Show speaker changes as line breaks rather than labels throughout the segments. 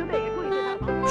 球队也注意对他防守。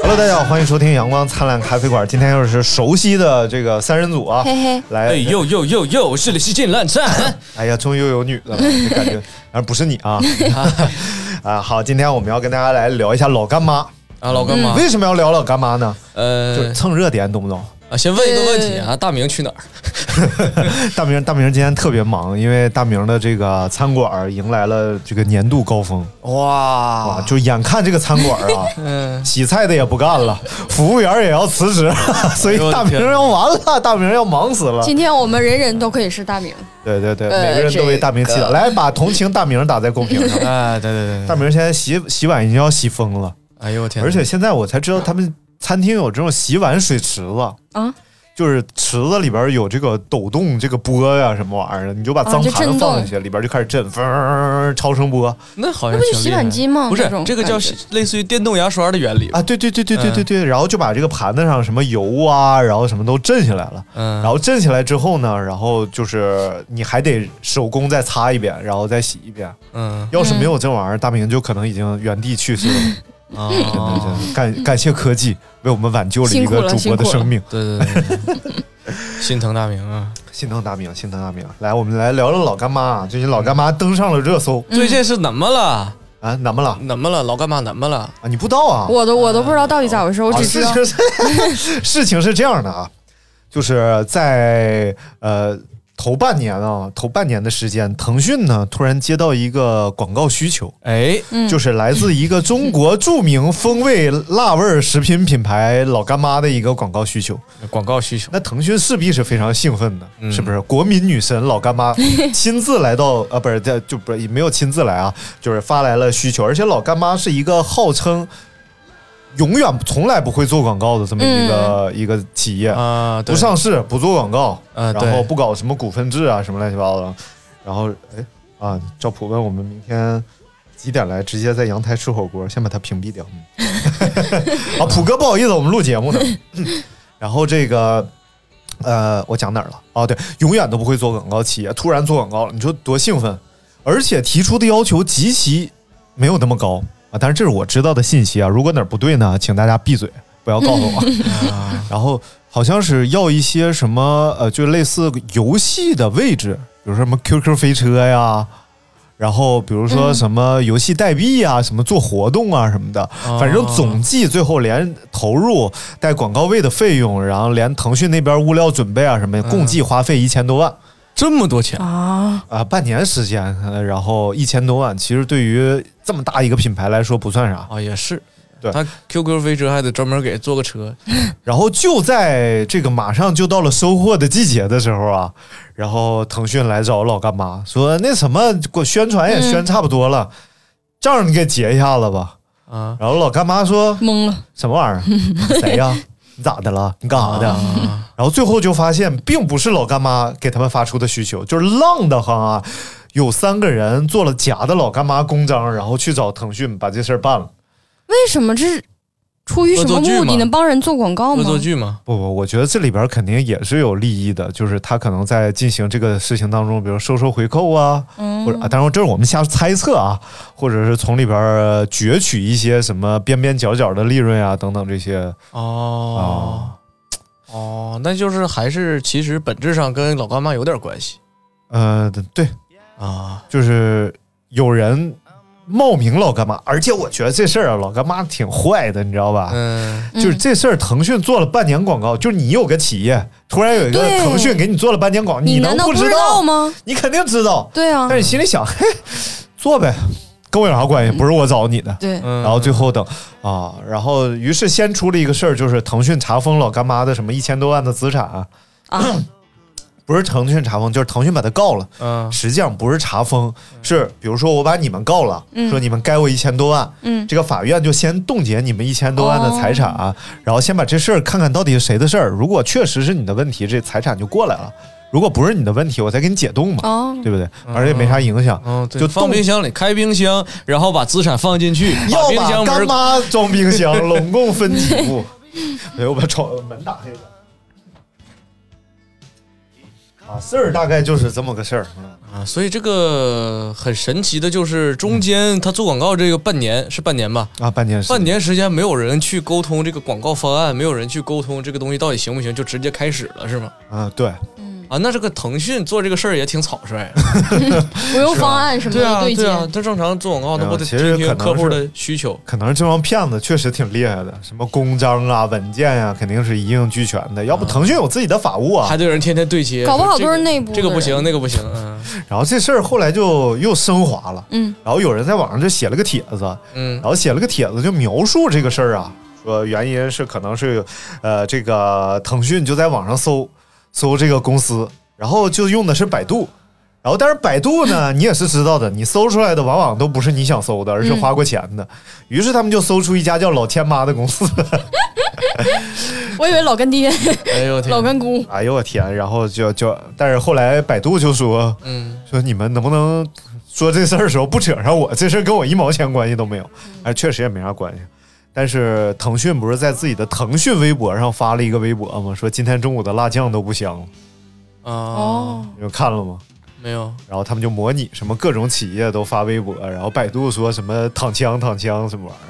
Hello，大家好，欢迎收听阳光灿烂咖啡馆，今天又是熟悉的这个三人组啊，
嘿嘿，
来，
哎呦呦呦呦，是的，是进烂战。
哎呀，终于又有女 的了，这感觉，而不是你啊。 啊，好，今天我们要跟大家来聊一下老干妈。嗯
啊，老干妈，
为什么要聊老干妈呢？就是
嗯
呃，
蹭热点，懂不懂？
啊，先问一个问题啊，大明去哪儿？
大明，大明今天特别忙，因为大明的这个餐馆儿迎来了这个年度高峰
哇
啊，就眼看这个餐馆 儿啊，
嗯，
洗菜的也不干了，服务员儿也要辞职， 所以
哎呦我的
大明
天
要完了，大明要忙死了。
今天我们人人都可以是大明，
对对对，
呃
每个人都为大明祈祷，
这个
来把同情大明打在公屏 上。
哎，对对对
大
对，
明现在洗洗碗已经要洗疯了，
哎呦我天，
而且现在我才知道他们餐厅有这种洗碗水池子
啊，
就是池子里边有这个抖动这个波呀、什么玩意儿的，你就把脏
啊就
盘
震
子
动
放进去，里边就开始震，嗡超声波
那好
那
像
不就
挺
洗
厉害
碗机吗？
不是
那种
这个叫
感觉
类似于电动牙刷的原理吧
啊，对对对对对对对，然后就把这个盘子上什么油啊，然后什么都震下来了。
嗯，
然后震起来之后呢，然后就是你还得手工再擦一遍，然后再洗一遍。
嗯
要是没有这玩意儿，大明就可能已经原地去世了。
啊，
对
嗯
对感感谢科技为我们挽救了一
辛苦
个
了
主播的生命，
对对对对， 哦心疼大明啊！
嗯
心疼大明，心疼大明。来，我们来聊聊老干妈啊，最近老干妈登上了热搜
最近是怎么了？
啊，怎么了
怎么了？老干妈怎么了？
啊？你不知道啊？
我都我都不知道到底咋回事，我
啊
只知
事
道
情是事情是这样的啊，就是在呃头半年啊，头半年的时间，腾讯呢突然接到一个广告需求，
哎，
嗯
就是来自一个中国著名风味辣味儿食品品牌老干妈的一个广告需求。
广告需求，
那腾讯势必是非常兴奋的，
嗯
是不是？国民女神老干妈亲自来到，啊，不是，这就不是没有亲自来啊，就是发来了需求，而且老干妈是一个号称永远从来不会做广告的这么一个、一个企业，
啊，对
不上市，不做广告，
啊对
然后不搞什么股份制啊，什么乱七八糟的，然后哎啊，赵普问我们明天。几点来？直接在阳台吃火锅，先把他屏蔽掉。 嗯啊，普哥，不好意思，我们录节目呢。嗯然后这个，呃，我讲哪儿了？哦，对，永远都不会做广告企业，突然做广告了，你说多兴奋！而且提出的要求极其没有那么高啊。但是这是我知道的信息啊，如果哪儿不对呢，请大家闭嘴，不要告诉我。然后好像是要一些什么呃，就类似游戏的位置，比如说什么 QQ 飞车呀。然后，比如说什么游戏代币啊，什么做活动啊什么的，反正总计最后连投入带广告位的费用，然后连腾讯那边物料准备啊什么，共计花费一千多万
这么多钱，
啊，
啊、半年时间，呃然后一千多万，其实对于这么大一个品牌来说不算啥。
啊，也是，
对
他 QQ 飞车还得专门给做个车，
然后就在这个马上就到了收获的季节的时候啊，然后腾讯来找老干妈说：“那什么，给我宣传也宣差不多了，账你给结一下子吧。”
啊，
然后老干妈说
懵了，：“
什么玩意儿？谁呀？你咋的了？你干啥的？”
啊
然后最后就发现，并不是老干妈给他们发出的需求，就是浪的慌啊！有三个人做了假的老干妈公章，然后去找腾讯把这事儿办了。
为什么这是出于什么
恶作剧
目的
吗
呢？帮人做广告
恶
吗？
作剧吗？
不不，我觉得这里边肯定也是有利益的，就是他可能在进行这个事情当中，比如收收回扣啊，
嗯
或者啊，当然这是我们瞎猜测啊，或者是从里边呃攫取一些什么边边角角的利润啊等等这些
哦
啊。
哦，那就是还是其实本质上跟老干妈有点关系
呃，对，
啊，
就是有人冒名老干妈，而且我觉得这事儿啊，老干妈挺坏的，你知道吧？
嗯，
就是这事儿，腾讯做了半年广告，就是你有个企业，突然有一个
对
腾讯给你做了半年广告，
你
能
难道
不
不知
道
道？吗？
你肯定知道，
对啊
但，是心里想，嘿，做呗，跟我有啥关系？不是我找你的。
对，
嗯
然后最后等啊，然后于是先出了一个事儿，就是腾讯查封老干妈的什么一千多万的资产啊、
啊，
不是腾讯查封，就是腾讯把他告了。
嗯
实际上不是查封，是比如说我把你们告了，
嗯
说你们该我一千多万，
嗯哦
这个法院就先冻结你们一千多万的财产啊、然后先把这事儿看看到底是谁的事儿。如果确实是你的问题，这财产就过来了；如果不是你的问题，我再给你解冻嘛，
哦，
对不对？而且没啥影响。
嗯，对
就
放
冻
冰箱里，开冰箱，然后把资产放进 去，把
要
冰
把
箱
干
门
妈装冰箱，拢共分几步？没有，我把窗门打开了。啊，事儿大概就是这么个事儿。
啊，所以这个很神奇的就是中间他做广告这个半年是半年吧，
啊，半年时间
半年时间没有人去沟通这个广告方案，没有人去沟通这个东西到底行不行，就直接开始了是吗？
啊，对，
啊，那这个腾讯做这个事儿也挺草率的，
不用方案什么
对
的
啊
接
对，啊，他正常做广告
没
他
有
不得
其实
听
可
听
能
客户
是
的需求，
可能这帮骗子确实挺厉害的，什么公章啊、文件呀、肯定是一应俱全的。要不腾讯有自己的法务啊
还。得有人天天对接，
搞不好
说这
都是
个
内部
这个
的
不行，
人
那个不行，嗯
然后这事儿后来就又升华了，
嗯
然后有人在网上就写了个帖子，
嗯
然后写了个帖子，就描述这个事儿啊，说原因是可能是，呃，这个腾讯就在网上搜搜这个公司，然后就用的是百度，然后但是百度呢，你也是知道的，你搜出来的往往都不是你想搜的，而是花过钱的，于是他们就搜出一家叫老天妈的公司，
我以为老干爹、
哎 呦我天，
老干姑，
哎呦我天，然后就就，但是后来百度就说
嗯
说你们能不能说这事儿的时候不扯上我，这事儿跟我一毛钱关系都没有，哎，确实也没啥关系。但是腾讯不是在自己的腾讯微博上发了一个微博吗？说今天中午的辣酱都不香，
啊
哦，
你们看了吗？
没有，
然后他们就模拟什么各种企业都发微博，然后百度说什么躺枪躺枪什么玩意儿，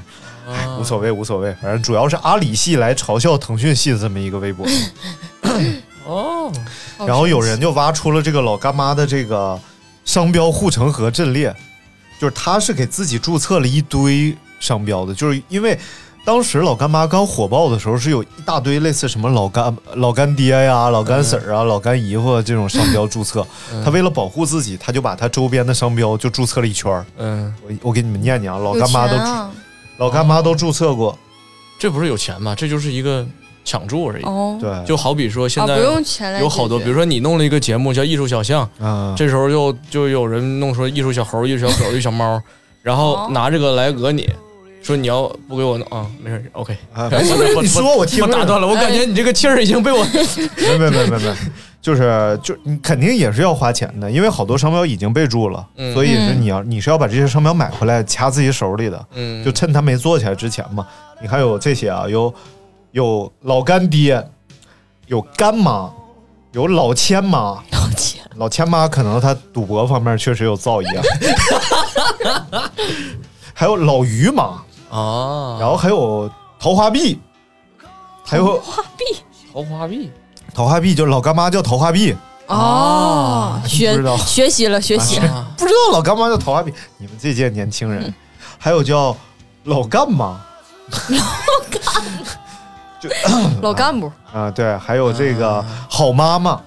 啊
无所谓无所谓，反正主要是阿里系来嘲笑腾讯系的这么一个微博。
哦，
好
然后有
神
人就挖出了这个老干妈的这个商标护城河阵列，就是他是给自己注册了一堆商标的，就是因为当时老干妈刚火爆的时候，是有一大堆类似什么老干 老干爹呀、老干婶儿啊、老干姨夫这种商标注册。他为了保护自己，他就把他周边的商标就注册了一圈儿。
嗯，
我我给你们念念啊，老
有
干妈都、
钱啊
老干妈都注册过，
这不是有钱吧？这就是一个抢注而已，
哦，
对，
就好比说现
啊，
在
不用钱来
有好多，比如说你弄了一个节目叫《艺术小象》，
嗯，
这时候就就有人弄出艺术小猴、艺术小狗、艺术小猫， 然后
哦
拿这个来讹你，说你要不给我弄啊，没事儿，OK。
啊没事
我
你说我听
我
着
打断了，我感觉你这个气儿已经被我
没没没没没，就是就你肯定也是要花钱的，因为好多商标已经被注了，
嗯
所以是你要你是要把这些商标买回来掐自己手里的，
嗯
就趁它没做起来之前嘛。你看有这些啊，有有老干爹，有干妈，有老千妈，
老钱，
老千妈可能她赌博方面确实有造诣啊，啊还有老于妈，
啊，
然后还有桃花币，还有
花币
桃花币
桃花币，就老干妈叫桃花币。
哦，学
啊不知道哎
学习了，学习了，
啊，
不知道老干妈叫桃花饼，你们这届年轻人，
嗯
还有叫老干妈
老干啊部，
啊，对，还有这个好妈妈、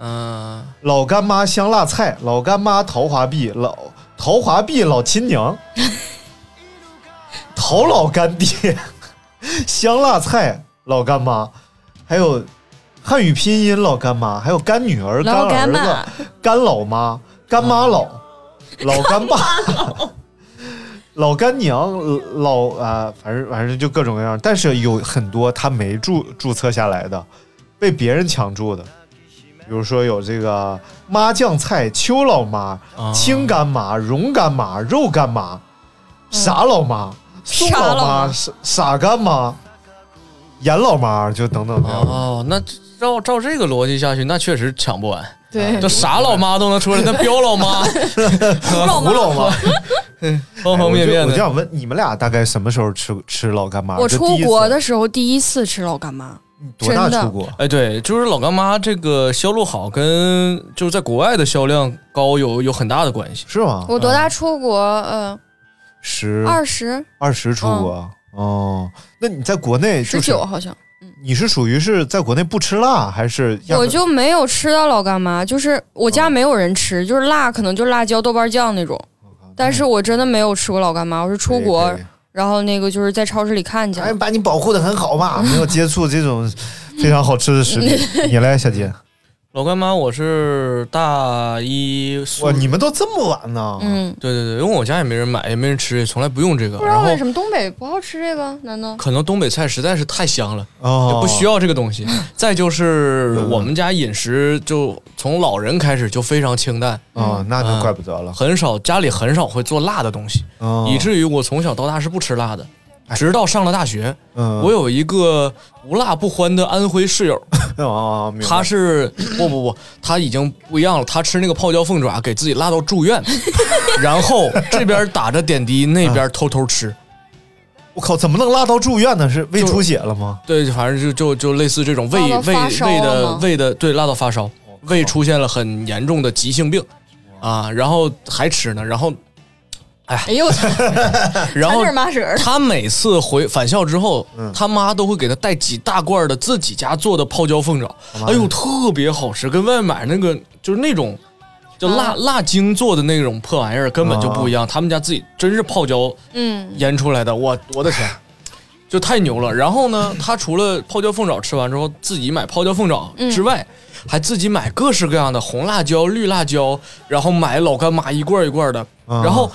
嗯，
老干妈香辣菜、老干妈桃花币、老桃花币老亲 娘、桃老干爹、香辣菜老干妈，还有汉语拼音老干妈，还有干女儿、干
老
儿
干
子
妈、
干老妈、干妈老、老啊干爸、 老干娘、老啊、反正反正就各种各样。但是有很多他没注注册下来的，被别人抢注的，比如说有这个妈酱菜、邱老妈、
啊
青干妈、荣干妈、肉干妈、傻老妈、宋
傻
嗯老
老
妈、
妈
傻傻干妈、严老妈，就等等等等。
哦，那照照这个逻辑下去，那确实抢不
哎
完。
对
就，啥老妈都能出来，那彪 老妈、
老
胡老妈，
方方面
哎
面
我就我就
的，
想问你们俩大概什么时候吃吃老干妈？
我
就
出
第一次啊
国的时候第一次吃老干妈，
多大
真的
出国？
哎，对，就是老干妈这个销路好，跟就是在国外的销量高有有很大的关系。
是吗？
我多大出国？嗯，
十
二十嗯
二十出国、哦。那你在国内就是
十九好像。
你是属于是在国内不吃辣，还是压根
我就没有吃到老干妈，就是我
啊
家没有人吃，就是辣，可能就是辣椒、豆瓣酱那种。但是我真的没有吃过老干妈，我是出国，然后那个就是在超市里看见
哎，把你保护的很好嘛，没有接触这种非常好吃的食
嗯
品。你来，小 杰，
老干妈我是大一宿
哇，你们都这么晚呢？
嗯，
对对对，因为我家也没人买，也没人吃，也从来不用这个。
不知道
然后
为什么东北不好吃这个，难道？
可能东北菜实在是太香了，
哦，嗯
不需要这个 东西。再就是我们家饮食就从老人开始就非常清淡，
哦，那就怪不得了。
嗯很少家里很少会做辣的东西，
哦哎
以至于我从小到大是不吃辣的。直到上了大学，
嗯，
我有一个无辣不欢的安徽室友，
哦，明白
他是不不不，他已经不一样了。他吃那个泡椒凤爪，给自己辣到 住院，然后这边打着点滴，那边偷偷吃。
我靠，怎么能辣到住院呢？是胃
就
出血了吗？
对，反正就就就类似这种胃
辣到
胃
发烧
胃
了
的
吗
胃的对辣到发
哦
烧，胃出现了很严重的急性病啊，然后还吃呢，然后
哎呦，我操，
然
掺
后
点麻绳儿嗯了。
他每次回返校之后，他妈都会给他带几大罐的自己家做的泡椒凤爪，哎呦，特别好吃，跟外面买那个就是那种叫辣、
啊
辣精做的那种破玩意儿根本就不一样。他们家自己真是泡椒
嗯，
腌出来的，我我的天，就太牛了。然 后呢，他除了泡椒凤爪吃完之后，自己买泡椒凤爪
嗯
之外，还自己买各式各样的红辣椒、绿辣椒，然后买老干妈一罐一罐的，
啊
然后。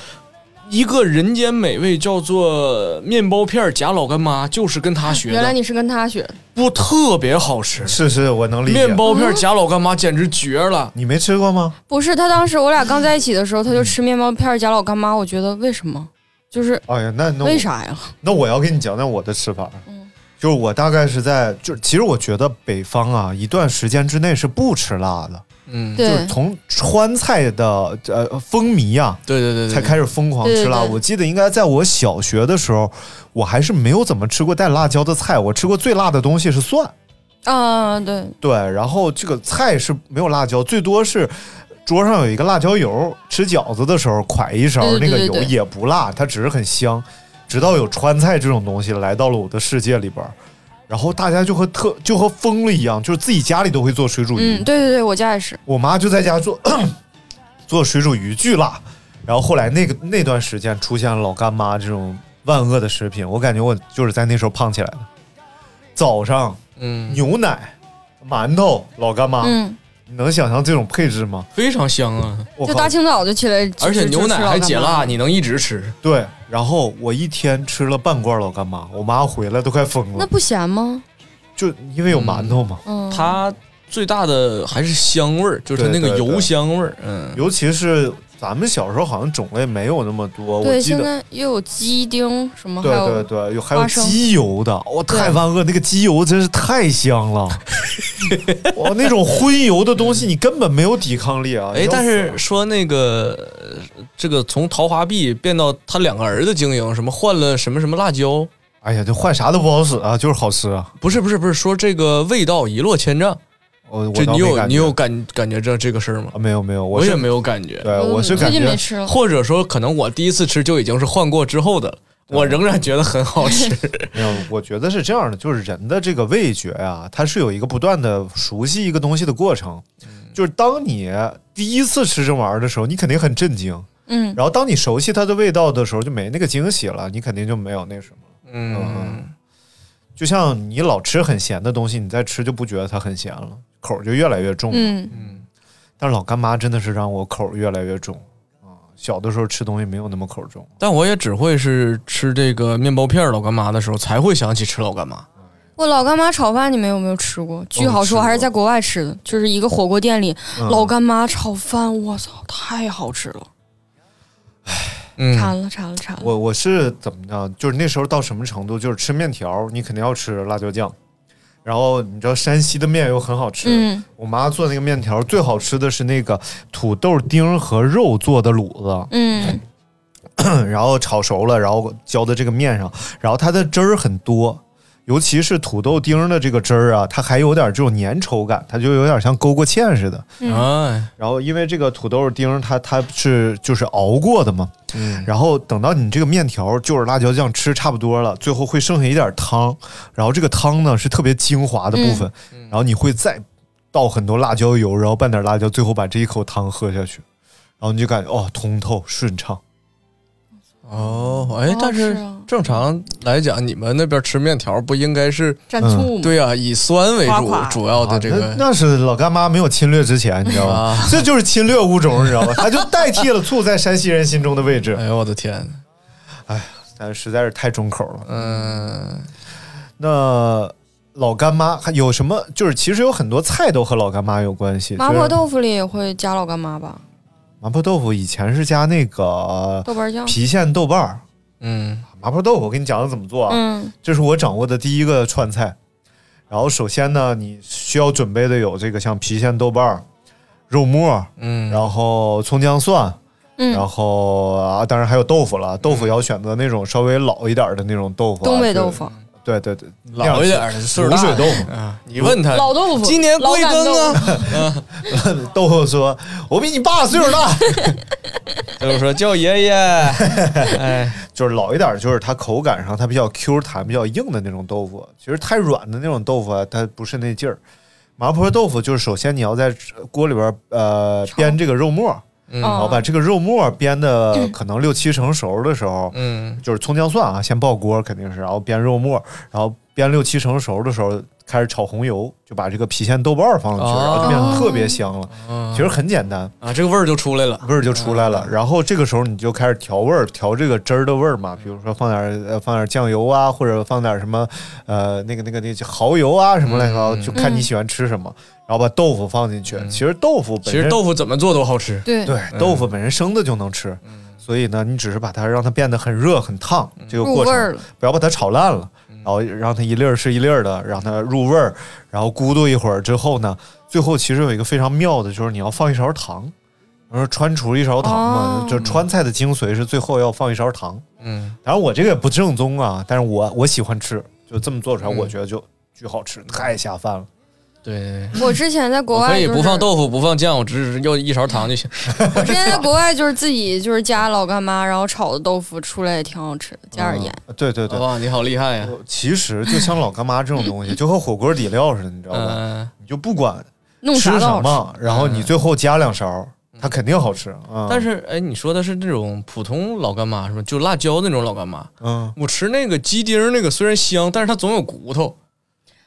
一个人间美味叫做面包片夹老干妈，就是跟他学
原来
的，
你是跟他学的，
不特别好吃。
是是，我能理解。
面包
嗯
片夹老干妈简直绝了！
你没吃过吗？
不是他当时我俩刚在一起的时候，他就吃面包片儿加老干妈，我觉得为什么？就是
哎呀，那那我
为啥呀？
那我要跟你讲讲我的吃法，
嗯
就是我大概是在，就是其实我觉得北方啊，一段时间之内是不吃辣的，
嗯，对
就是
对，
从川菜的呃风靡啊，
对对对，
才开始疯狂吃辣。
对对对
我记得应该在我小学的时候，我还是没有怎么吃过带辣椒的菜，我吃过最辣的东西是蒜，
啊，对，
对，然后这个菜是没有辣椒，最多是。桌上有一个辣椒油，吃饺子的时候㧟一勺，
对对对
那
对
个油
对
也不辣，它只是很香。直到有川菜这种东西来到了我的世界里边儿，然后大家就和特就和疯了一样，就是自己家里都会做水煮鱼，
嗯，对对对，我家也是，
我妈就在家做做水煮鱼，巨辣。然后后来那个那段时间出现了老干妈这种万恶的食品，我感觉我就是在那时候胖起来的。早上
嗯，
牛奶、馒头、老干妈，
嗯，
你能想象这种配置吗？
非常香啊！
我
就
靠
大清早就起来，
而且
就
牛奶还解辣，，
就吃老干妈
你能一直吃。
对，然后我一天吃了半罐老干妈，我妈回来都快疯
那
了，
不咸吗？
就因为有馒头嘛，
嗯，
它最大的还是香味儿，就是它那
对
个
对对
油香味儿。嗯，
尤其是咱们小时候好像种类没有那么多，我
对，
记
现
得。
在又有鸡丁什么，还
对对
有
对，有还有
花生
鸡油的，哇、太万恶！那个鸡油真是太香 了，哇，那种荤油的东西你根本没有抵抗力啊！
哎，但是说那个呃这个从桃花碧变到他两个儿子经营，什么换了什么什么辣椒，
哎呀，这换啥都不好使啊，就是好吃啊！
不是不是不是，说这个味道一落千丈，
我我
这
倒
你
没
有
感
你
觉
有感感觉这这个事儿吗？
啊？没有没有，
我
我
也
是
没有感觉，
对，我是
嗯最
感
近没
觉
吃了，
或者说可能我第一次吃就已经是换过之后的了，我仍然觉得很 好吃。
没有，我觉得是这样的，就是人的这个味觉呀、它是有一个不断的熟悉一个东西的过程，
嗯
就是当你第一次吃这玩意儿的时候，你肯定很震惊，
嗯，
然后当你熟悉它的味道的时候，就没那个惊喜了，你肯定就没有那什么。
嗯，
就像你老吃很咸的东西，你再吃就不觉得它很咸了，口儿就越来越重。
嗯，
但是老干妈真的是让我口儿越来越重啊！小的时候吃东西没有那么口儿重，
但我也只会是吃这个面包片儿老干妈的时候才会想起吃老干妈。
我老干妈炒饭你们有没有吃
哦
过？巨好吃，
过
我还是在国外吃的，就是一个火锅店里
嗯
老干妈炒饭，我操，太好吃了，
嗯，
馋了馋了馋了，
我我是怎么着？就是那时候到什么程度？就是吃面条儿，你肯定要吃辣椒酱。然后你知道山西的面又很好吃，
嗯
我妈做那个面条儿最好吃的是那个土豆丁儿和肉做的卤子，
嗯
然后炒熟了，然后浇在这个面上，然后它的汁儿很多，尤其是土豆丁的这个汁儿啊，它还有点这种粘稠感，它就有点像勾过芡似的。
嗯
哎，
然后因为这个土豆丁它它是就是熬过的嘛，
嗯，
然后等到你这个面条就着辣椒酱吃差不多了，最后会剩下一点汤，然后这个汤呢是特别精华的部分，
嗯
嗯然后你会再倒很多辣椒油，然后拌点辣椒，最后把这一口汤喝下去，然后你就感觉哦通透顺畅。
哦，哎
好好，
但是
吃啊
正常来讲，你们那边吃面条不应该是
蘸醋吗？
嗯
嗯
对啊，以酸为
夸
主
夸
主要的哦这
啊
个
那那是老干妈没有侵略之前，你知道吗？
啊，
这就是侵略物种，你知道吗？它 就代替了醋在山西人心中的位置，
哎呦我的天，
但实在是太重口了。
嗯，
那老干妈还有什么？就是其实有很多菜都和老干妈有关系。
麻
就
婆
是
豆腐里也会加老干妈吧？
麻婆豆腐以前是加那个
豆瓣酱。
郫县豆瓣儿。
嗯，
麻婆豆腐，我给你讲讲怎么做啊。
嗯
这是我掌握的第一个川菜。然后首先呢，你需要准备的有这个像郫县豆瓣儿、肉末，
嗯，
然后葱姜蒜，然
嗯，
后啊，当然还有豆腐了，豆腐要选择那种稍微老一点的那种豆腐啊、
东北
就是
豆腐，
对对对，那样
老一点儿的岁数
卤
大
水
的
豆腐
啊，你问他
老豆腐，
今年
老
贵
干豆
庚
腐。
啊？
豆腐说：“我比你爸岁数大。
就是说叫爷爷，哎，”
就是老一点儿，就是它口感上它比较 Q 弹、比较硬的那种豆腐。其实太软的那种豆腐啊，它不是那劲儿。麻婆豆腐就是首先你要在锅里边儿呃煸这个肉末，然后
哦
把这个肉末煸的可能六七成熟的时候，
嗯
就是葱姜蒜啊，先爆锅肯定是，然后煸肉末，然后煸六七成熟的时候开始炒红油，就把这个郫县豆瓣儿放上去，
哦
然后就变得特别香了。
嗯
其实很简单，
啊，这个味儿就出来了，
味儿就出来了。然后这个时候你就开始调味儿，调这个汁儿的味儿嘛，比如说放点儿呃放点儿酱油啊，或者放点儿什么呃那个那个那个蚝油啊什么乱七八糟，
嗯
就看你喜欢吃什么。然后把豆腐放进去，其实豆腐本
其
身
实豆腐嗯怎么做都好吃，
对，
对豆腐本身生的就能吃，
嗯
所以呢，你只是把它让它变得很热很烫，这个
入
过
味
程
儿了。
不要把它炒烂了，然后让它一粒儿是一粒儿的，让它入味儿，然后咕嘟一会儿之后呢，最后其实有一个非常妙的，就是你要放一勺糖，然后川厨一勺糖嘛，
哦
就是川菜的精髓是最后要放一勺糖。
嗯，
当然我这个也不正宗啊，但是我我喜欢吃，就这么做出来，
嗯
我觉得就巨好吃，太下饭了。
对，
我之前在国
我可
外
以
就是
不放豆腐，不放酱，我只是要一勺糖就行。
我之前在国外就是自己就是加老干妈，然后炒的豆腐出来也挺好吃，加点盐。
嗯对对对，
哇，你好厉害呀！
我其实就像老干妈这种东 西，就和火锅底料似的，你知道吧？
嗯，
你就不管
弄
吃
啥都
什
好吃。
么，然后你最后加两勺，它肯定好吃。嗯
但是哎，你说的是那种普通老干妈是吧？就辣椒那种老干妈。
嗯。
我吃那个鸡丁儿那个虽然香，但是它总有骨头。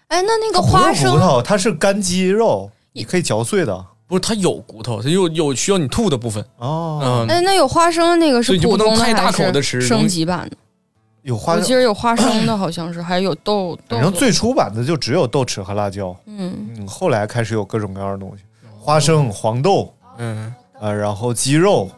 哎，那那
它
个
不是
花
骨
生，
头，它是干鸡肉，你可以嚼碎的
不是，它有骨头，它有有需要你吐的部分。
哦。
嗯，
哎，那有花生的那个
所
是
以就
普
不能
通的
太大
还
口地吃
是升级版的？
有花
我记
生，
得有花 生的，好像是，还有豆豆
反正
子
最初版的就只有豆豉和辣椒，
嗯
嗯，后来开始有各种各样的东西，
哦
花生、黄豆，
嗯
呃，然后鸡肉，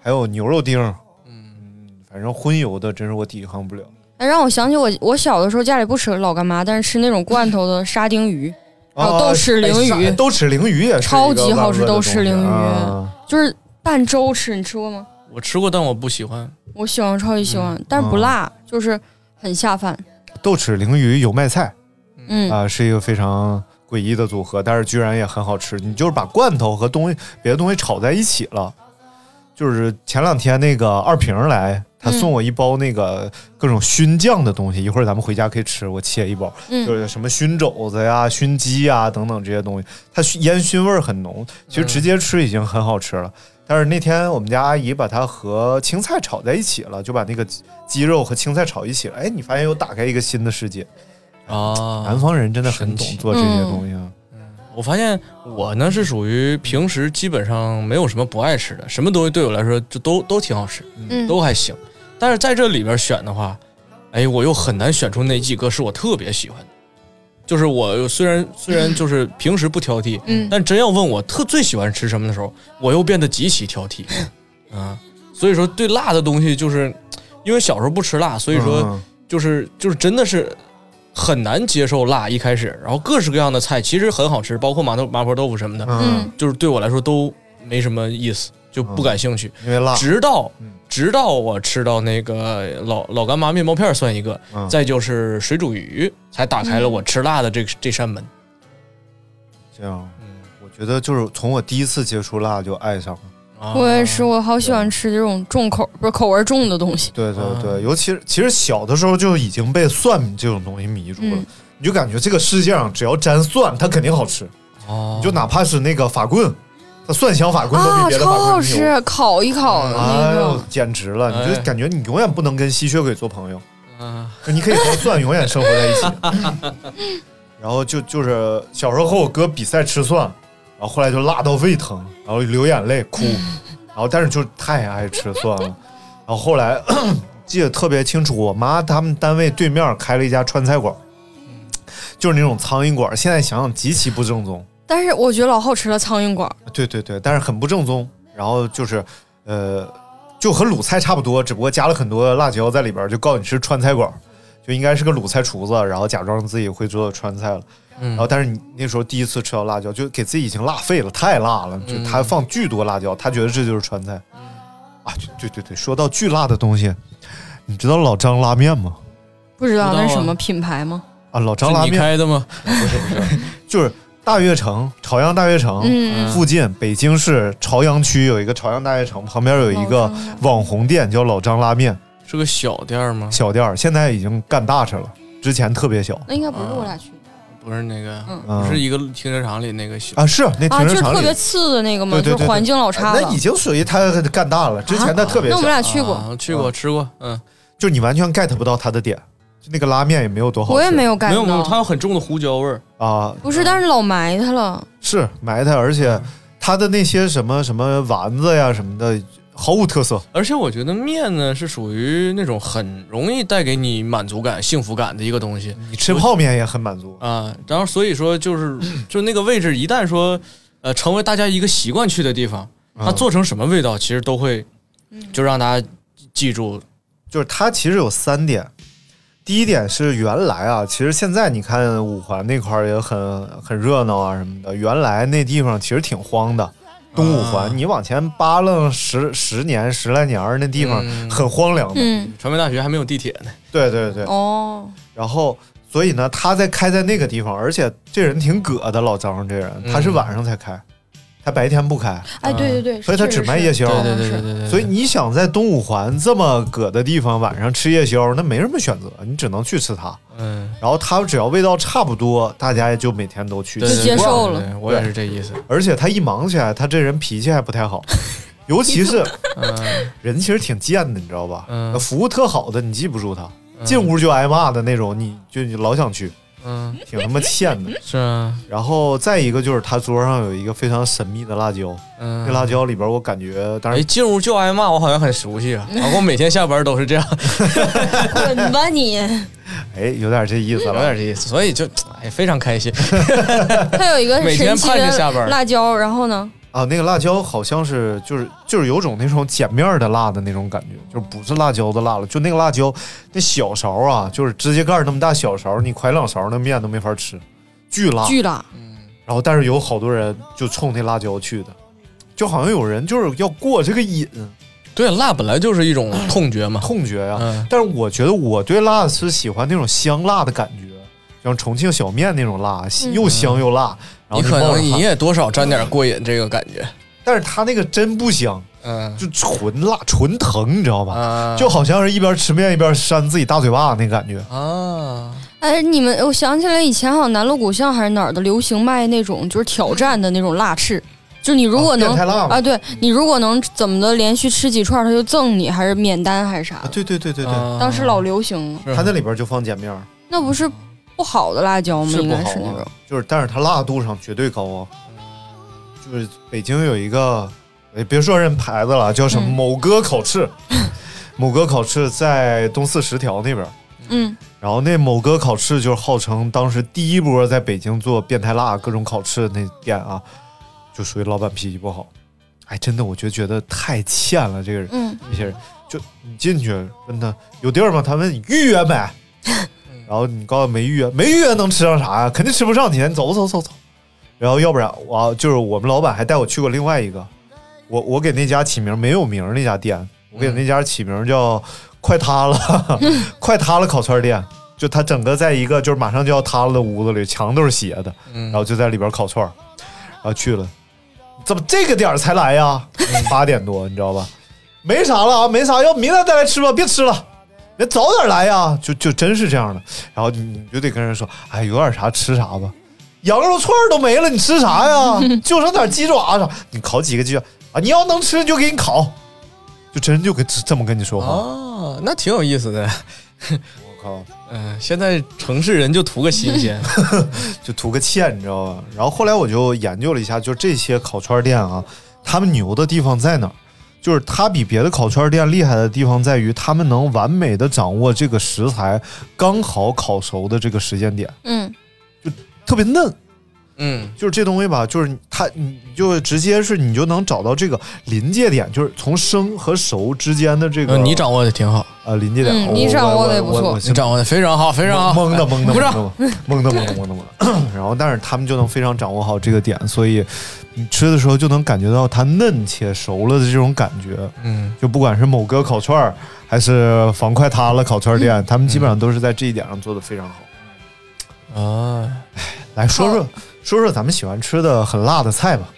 还有牛肉丁，
嗯，
嗯，反正荤油的真是我抵抗不了。
哎，让我想起我我小的时候家里不吃老干妈，但是吃那种罐头的沙丁鱼，还有
啊
豆豉鲮鱼
哎啥豆豉鲮鱼也是
超级好
一个万恶
吃
的
豆豉鲮鱼
东西啊
就是拌粥吃，你吃过吗？
我吃过，但我不喜欢。
我喜欢，超级喜
嗯
欢，但是
啊
不辣，就是很下饭。
豆豉鲮鱼油麦菜
嗯，
啊，是一个非常诡异的组合，但是居然也很好吃。你就是把罐头和东西别的东西炒在一起了。就是前两天那个二平来，他
嗯
送我一包那个各种熏酱的东西，一会儿咱们回家可以吃，我切一包，
嗯
就是什么熏肘子呀、熏鸡呀等等这些东西，它熏烟熏味儿很浓，其实直
嗯
接吃已经很好吃了。但是那天我们家阿姨把它和青菜炒在一起了，就把那个鸡鸡肉和青菜炒一起了，哎，你发现又打开一个新的世界。
啊
南，方人真的很懂
神奇
做这些东西啊。
嗯我发现我呢是属于平时基本上没有什么不爱吃的，什么东西对我来说就都都挺好吃，
嗯
都还行。但是在这里边选的话，哎，我又很难选出那几个是我特别喜欢的。就是我虽然虽然就是平时不挑剔，
嗯
但真要问我特最喜欢吃什么的时候，我又变得极其挑剔，啊，所以说对辣的东西就是，因为小时候不吃辣，所以说
嗯
就是就是真的是很难接受辣一开始，然后各式各样的菜其实很好吃，包括麻豆麻婆豆腐什么的，
嗯
嗯
就是对我来说都没什么意思。就不感兴趣。
因为辣。嗯
直到直到我吃到那个老老干妈面包片算一个，
嗯
再就是水煮鱼，才打开了
嗯
我吃辣的这这扇门。
这样，我觉得就是从我第一次接触辣就爱上了。
啊
我也是，我好喜欢吃这种重口不是口味重的东西。
对对
啊
对，尤其是其实小的时候就已经被蒜这种东西迷住了，
嗯
你就感觉这个世界上只要沾蒜，它肯定好吃。嗯
哦
你就哪怕是那个法棍，它蒜香法棍都比
啊，
别的
超
法棍
好
牛
吃，烤一烤的
哎
那
呦
种，，
简直了！你
哎
就感觉你永远不能跟吸血鬼做朋友，
啊
你可以和蒜永远生活在一起。然后就就是小时候和我哥比赛吃蒜，然后后来就辣到胃疼，然后流眼泪哭，然后但是就太爱吃蒜了。然后后来 记得特别清楚，我妈他们单位对面开了一家川菜馆，就是那种苍蝇馆，现在想想极其不正宗。
但是我觉得老好吃了苍蝇馆儿，
对对对，但是很不正宗。然后就是，呃，就和鲁菜差不多，只不过加了很多辣椒在里边儿，就告诉你是川菜馆儿，就应该是个鲁菜厨子，然后假装自己会做川菜了。
嗯
然后，但是你那时候第一次吃到辣椒，就给自己已经辣废了，太辣了，就
嗯
他放巨多辣椒，他觉得这就是川菜。啊，就对对对，说到巨辣的东西，你知道老张拉面吗？
不知道
不知道
那
啊
是什么品牌吗？
啊，老张拉
是你
面
开的吗？
就是大悦城，朝阳大悦城。
嗯，
附近北京市朝阳区有一个朝阳大悦城，旁边有一个网红店叫老张拉面
是个小店儿吗？
小店儿，现在已经干大事了，之前特别小。
那应该
啊
不是我俩去的
不是那个，
嗯
不是一个停车场里那个小。
啊，是那
啊，
停
就是
车场
特
里，
别次的那个嘛，
对对
就
对哎
是环境老差
那
了啊
已。经属于它干大了，之前它特别
那
小，
我们俩去过，
啊去过，吃过，嗯，
就你完全 get 不到它的点，就那个拉面也没有多好吃。
我也没有感
没有没有，它
到，
有很重的胡椒味儿，
啊，
不是，但是老埋汰了。
是埋汰，而且它的那些什么什么丸子呀什么的毫无特色。
而且我觉得面呢是属于那种很容易带给你满足感、幸福感的一个东西
你吃泡面也很满足，
啊。然后所以说就是就那个位置，一旦说呃成为大家一个习惯去的地方，它做成什么味道，其实都会
嗯
就让大家记住
就是它其实有三点。第一点是原来啊，其实现在你看五环那块儿也很很热闹啊什么的，原来那地方其实挺荒的。东五
啊
环，你往前扒楞十十年十来年儿，那地方
嗯
很荒凉的。
嗯，
传媒大学还没有地铁呢。
对对对，
哦，
然后所以呢，他在开在那个地方，而且这人挺葛的，老张这人，他是
嗯
晚上才开，他白天不开，
哎，对对对，
嗯所以他
确实
只卖
是
夜宵。啊
对对对对对对，
所以你想在东五环这么葛的地方晚上吃夜宵，那没什么选择，你只能去吃它。
嗯，
然后它只要味道差不多，大家也就每天都去
对
就
对
吃。
接受
对
了
对对我也是这意思。
而且他一忙起来，他这人脾气还不太 好，尤其是人其实挺贱的，你知道吧？
嗯
服务特好的你记不住他，进屋就挨骂的那种，你就你老想去，
嗯，
挺他妈 欠的。
是啊，
然后再一个就是他桌上有一个非常神秘的辣椒，
嗯，
那辣椒里边我感觉，当
哎，
然
进屋就挨骂，我好像很熟悉啊。然后我每天下班都是这样，
滚吧你！
哎有点这意思
有
了，
点这意思， 所以就哎非常开心。
它有一个
每
神
天
奇
盼着下班
的辣椒，然后呢？
啊，那个辣椒好像是就是就是有种那种碱面儿的辣的那种感觉，就是不是辣椒的辣了，就那个辣椒那小勺啊，就是指甲盖儿那么大小勺，你㧟两勺那面都没法吃，巨辣。
巨辣，
然后但是有好多人就冲那辣椒去的，就好像有人就是要过这个瘾
对，辣本来就是一种
嗯
痛觉嘛。
痛觉呀、
嗯
但是我觉得我对辣是喜欢那种香辣的感觉，像重庆小面那种辣，又香又辣。然后
嗯你可
冒着
能
汗
你也多少沾点过瘾这个感觉。
但是它那个真不香，
嗯
就纯辣纯疼，你知道吧？
啊，
就好像是一边吃面一边扇自己大嘴巴那感觉。
啊，
哎，你们，我想起来以前好像南锣鼓巷还是哪儿的，流行卖那种就是挑战的那种辣翅，就是你如果
啊
能
变态辣嘛
啊，对你如果能怎么的连续吃几串，他就赠你还是免单还是啥
啊，。对对对对对，
啊
当时老流行了，
是
它那里边就放碱面儿，
那不是不好的辣椒吗？
是
应
不
该
好
是那种
啊，就是但是它辣度上绝对高啊。就是北京有一个，哎，别说人牌子了，叫什么
嗯
某哥烤 翅，某哥烤翅在东四十条那边。
嗯，
然后那某哥烤翅就是号称当时第一波在北京做变态辣各种烤翅那店啊，就属于老板脾气不好。哎，真的，我就觉得太欠了，这个人，
嗯，
这些人，就你进去问他有地儿吗？他问你预约没？ 然后你告诉他没预约，没预约能吃上啥呀、肯定吃不上你，你走走走走。然后要不然我就是我们老板还带我去过另外一个，我我给那家起名没有名儿那家店，我给那家起名叫“快塌了”，快塌了烤串店。就它整个在一个就是马上就要塌了的屋子里，墙都是斜的，然后就在里边烤串儿，然后去了，怎么这个点儿才来呀？八点多，你知道吧？没啥了啊，没啥，要明天再来吃吧，别吃了。人早点来呀，就就真是这样的。然后你你就得跟人说，哎，有点啥吃啥吧，羊肉串儿都没了，你吃啥呀？就剩点鸡爪啥，你烤几个鸡爪啊？你要能吃就给你烤，就真就跟这么跟你说话。
哦，那挺有意思的。
我靠，
嗯、现在城市人就图个新鲜。
就图个欠，你知道吧？然后后来我就研究了一下，就这些烤串店啊，他们牛的地方在哪儿？就是它比别的烤串店厉害的地方在于，他们能完美的掌握这个食材刚好烤熟的这个时间点，
嗯
特别嫩。
嗯
就是这东西吧，就是它，你你就直接是你就能找到这个临界点，就是从生和熟之间的这个。
嗯，你掌握的挺好，
呃临界点，
嗯
我
你掌握得也
我
不错
我我
你掌握的非常好，非常好。
蒙的蒙的
鼓
蒙的
掌
蒙的蒙的蒙的蒙 的，然后但是他们就能非常掌握好这个点，所以你吃的时候就能感觉到它嫩且熟了的这种感觉。
嗯，
就不管是某哥烤串儿，还是房快塌了烤串店，他们基本上都是在这一点上做的非常好。
啊，
来说说说说咱们喜欢吃的很辣的菜吧。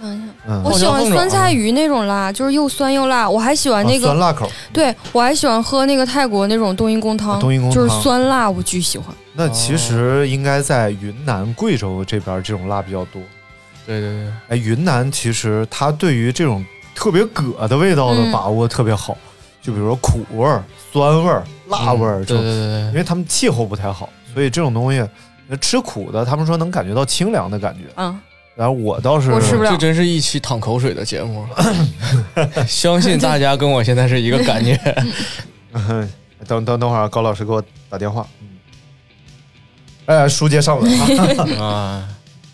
想一想，
嗯，
我喜欢酸菜鱼那种辣，就是又酸又辣。我还喜欢那
啊酸
个，
辣口，
对我还喜欢喝那个泰国那种冬阴功汤，
啊冬阴功汤
就是酸辣，我巨喜欢。
那其实应该在云南、贵州这边这种辣比较多。
对对对，
哎，云南其实它对于这种特别葛的味道的
嗯
把握特别好，就比如说苦味儿、酸味儿、辣味儿
嗯
这种，
对对对
因
对，
为他们气候不太好，所以这种东西呃吃苦的，他们说能感觉到清凉的感觉。
啊，
然后我倒是
我吃不了
这真是一期淌口水的节 目，相信大家跟我现在是一个感觉。
嗯等等等会儿啊，高老师给我打电话。嗯，哎，书接上文 啊，
啊，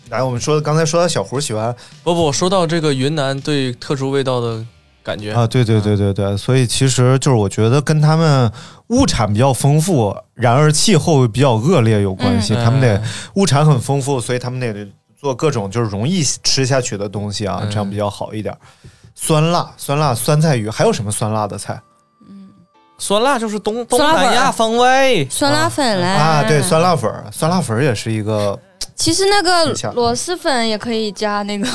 来，我们说刚才说到小胡喜欢
不不，说到这个云南对特殊味道的感觉，
啊，对对对对对，所以其实就是我觉得跟他们物产比较丰富，然而气候比较恶劣有关系，
嗯
他们得
嗯
物产很丰富，所以他们得做各种就是容易吃下去的东西啊，
嗯
这样比较好一点。酸辣、酸辣、酸菜鱼，还有什么酸辣的菜
酸辣就是东东
酸辣粉
南亚风味。
酸辣粉嘞
啊？对，酸辣粉儿，酸辣粉儿也是一个
其实那个
一下
螺蛳粉也可以加那个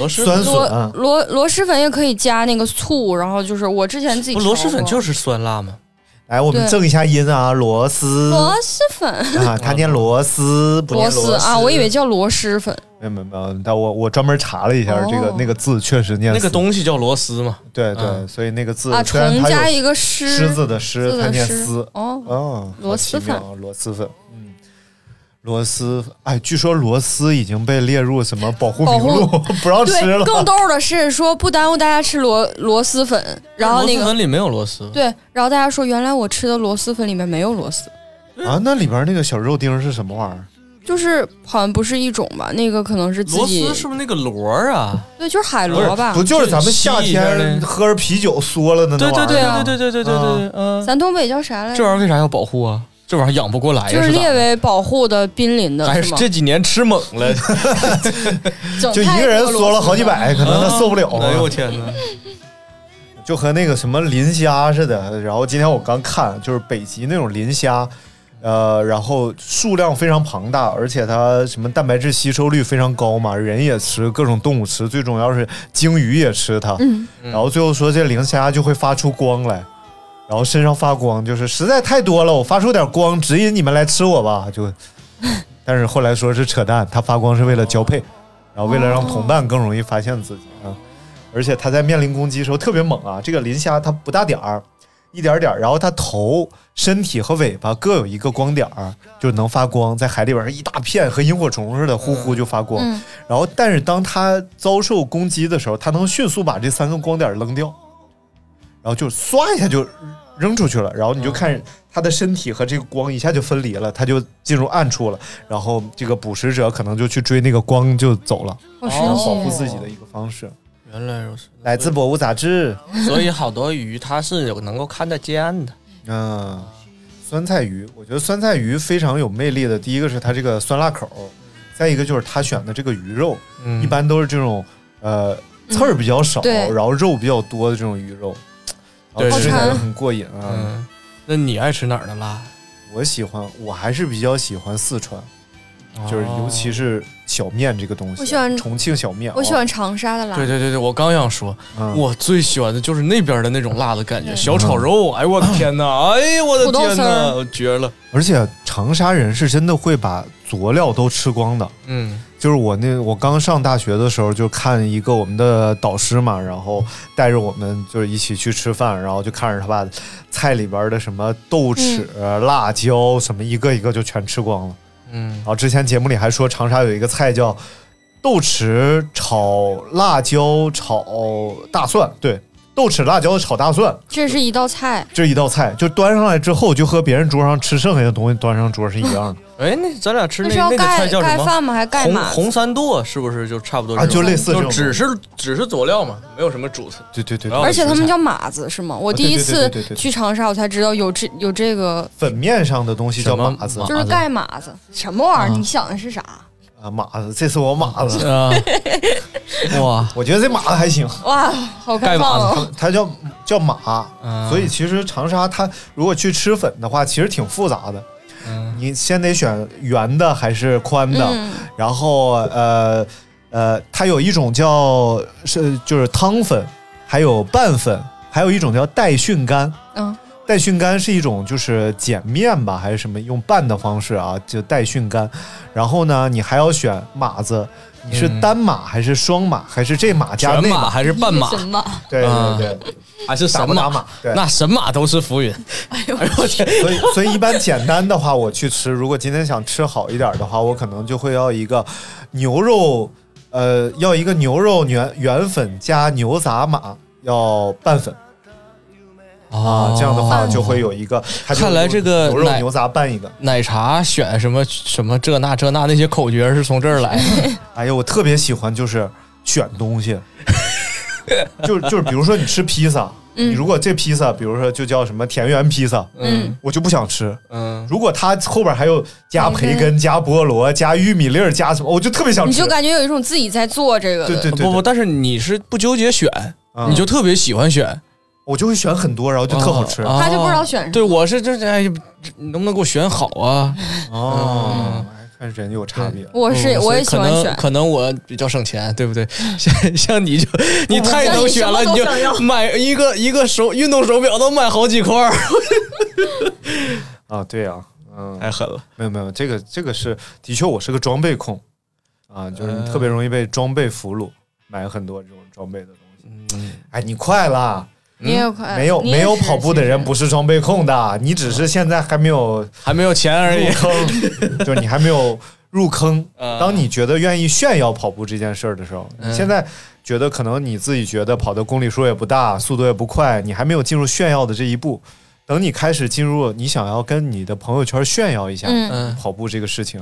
螺蛳
啊酸
螺
笋，
螺螺蛳粉也可以加那个醋，然后就是我之前自己
不螺
调
蛳粉
过
就是酸辣嘛，
来，我们
对
正一下音啊，螺丝
螺蛳粉，
啊，他念螺丝，不念
螺
丝
丝啊，我以为叫螺蛳粉，
没有没有没有，但我我专门查了一下，这个
哦
那个字确实念
那个
丝
东西叫螺蛳嘛。
对对，
嗯
所以那个字
啊，
虽然
重
它
加
有
一个狮
狮子的狮，
字
它
的
念
狮
丝。
哦，
哦，
螺蛳粉
好奇妙，螺蛳粉，嗯。螺蛳，哎，据说螺蛳已经被列入什么保护名录， 不让吃
对，
了。
更逗的是说不耽误大家吃螺螺蛳粉，然后那
螺蛳
个
粉里没有螺丝，
对，然后大家说原来我吃的螺蛳粉里面没有螺丝，
啊！那里边那个小肉丁是什么玩意儿？
就是好像不是一种吧，那个可能是自
螺
己
丝是不是那个螺儿啊？
对，就是海
不
螺
是，
吧
不，就是咱们
就是
夏
吸一下
天
那
喝着啤酒缩了的那
对
玩意
对
儿？
对
吗
对对对对对对对，
啊
嗯，
咱东北叫啥来
这
着？
玩意儿为啥要保护啊？这玩意儿养不过来呀，
就是
咋
列为保护的濒临的，
还
是
是
吗？
这几年吃猛了，
整
就一
太
个人
多
缩了
螺丝嗯
好几
粉
百， 可能他受不了。啊
哎呦我天哪！
就和那个什么磷虾似的。然后今天我刚看，就是北极那种磷虾，呃，然后数量非常庞大，而且它什么蛋白质吸收率非常高嘛，人也吃，各种动物吃，最重要是鲸鱼也吃它。
嗯
然后最后说这磷虾就会发出光来。然后身上发光，就是实在太多了，我发出点光指引你们来吃我吧。 就，但是后来说是扯淡，它发光是为了交配，然后为了让同伴更容易发现自己啊。而且它在面临攻击的时候特别猛啊！这个磷虾它不大点儿，一点儿点儿，然后它头、身体和尾巴各有一个光点儿，就能发光，在海里边儿一大片，和萤火虫似的，呼呼就发光。
嗯
然后，但是当它遭受攻击的时候，它能迅速把这三个光点儿扔掉，然后就唰一下就扔出去了。然后你就看它的身体和这个光一下就分离了，它就进入暗处了。然后这个捕食者可能就去追那个光就走了，
好神
保
哦
护
奇，
自己的一个方式。
原来如此，
来自博物杂志。
所以好多鱼它是有能够看得见的。
嗯，酸菜鱼，我觉得酸菜鱼非常有魅力的，第一个是它这个酸辣口儿，再一个就是它选的这个鱼肉，
嗯
一般都是这种呃刺儿比较少，
嗯对
然后肉比较多的这种鱼肉，然后
对
吃起来
好馋
很过瘾啊。
嗯，那你爱吃哪儿的辣？
我喜欢，我还是比较喜欢四川，就是尤其
是
是小面这个东西。
我喜欢
重庆小面，
我喜欢长沙的辣
哦对，对对对，我刚想说，
嗯
我最喜欢的就是那边的那种辣的感觉，
对
小炒肉，哎呦我的
嗯
天呐，哎呦我的
嗯土豆
天
丝
呐，
儿
我绝了，
而且长沙人是真的会把佐料都吃光的。
嗯，
就是我那我刚上大学的时候，就看一个我们的导师嘛，然后带着我们就是一起去吃饭，然后就看着他把菜里边的什么豆豉、辣椒什么一个一个就全吃光了。
嗯
然，后之前节目里还说长沙有一个菜叫豆豉炒辣椒炒大蒜，对，豆豉辣椒炒大蒜
这是一道菜。
这一道菜，就端上来之后就和别人桌上吃剩下的东西端上桌是一样的
哎，那咱俩吃
那
那
是要
那个
盖
菜叫什
盖
么？
饭吗？还盖
红
码？
红三剁是不是就差不多这
啊，
种
就类似这
就
种，
只是只是佐料嘛，没有什么主菜。
对对对对
然后
而且他
食
们
材
叫码子是吗？我
啊
第
对
一
对对
次
对对对
去长沙，我才知道有这有这个，
粉面上的东西叫
什么
码子
码
就是
子
盖码子，什么玩意
啊
儿？你想的是啥？
啊，码子，这次我码 子，
啊，哇，
我觉得这码子还行，
哇，好
盖
开
码
放
子
哦！
它叫叫码，
嗯
所以其实长沙它如果去吃粉的话，其实挺复杂的。你先得选圆的还是宽的，
嗯
然后呃呃，它有一种叫是就是汤粉，还有拌粉，还有一种叫带训干。
嗯，
带训干是一种就是碱面吧，还是什么用拌的方式啊，就带训干。然后呢，你还要选码子，你是
嗯
单码还是双码，还是这码加
全
那
马？还是半马
什么？
对
啊
对对对，
还是
打
神
不打
马？
码？对。
那神马都是浮云。
哎呦
哎呦我天！
所以，所以一般简单的话，我去吃。如果今天想吃好一点的话，我可能就会要一个牛肉，呃，要一个牛肉原原粉加牛杂码，要拌粉啊。这样的话就会有一个。它就
哦看来这个
牛肉
奶
牛杂拌一个。
奶茶选什么什么这那这那那些口诀是从这儿来的。
哎呀，我特别喜欢就是选东西， 就就是比如说你吃披萨，你如果这披萨，比如说就叫什么田园披萨，
嗯，
我就不想吃。
嗯，
如果它后边还有加培根、加菠萝、加玉米粒儿、加什么，我就特别想
你
吃。
就感觉有一种自己在做这个
嗯对
的，
对对
不不，
对
但是你是不纠结选，
啊
你就特别喜欢选，
我就会选很多，然后就特好吃。
啊
他就不知道选什么。
对，我是就是哎，你能不能给我选好啊？
哦，哎看人有差别。
我是
嗯
我也喜
所以
欢
可能
选，
可能我比较省钱，对不 对？像像你就你太能选了，
我
你
不
就
像你什么都想要
买一个一个手运动手表都买好几块儿，
啊，对啊，嗯，
太狠了。
没有没有，这个这个是的确，我是个装备控啊，就是你特别容易被装备俘虏，买很多这种装备的东西。哎，你快啦！
你也快
没有
你也
没有
是
跑步的人不是装备控的，你只是现在还没有
还没有钱而 已
入。坑，就是你还没有入坑。
嗯
当你觉得愿意炫耀跑步这件事儿的时候，
嗯
你现在觉得可能你自己觉得跑的公里数也不大，速度也不快，你还没有进入炫耀的这一步。等你开始进入你想要跟你的朋友圈炫耀一下
嗯
嗯，
跑步这个事情，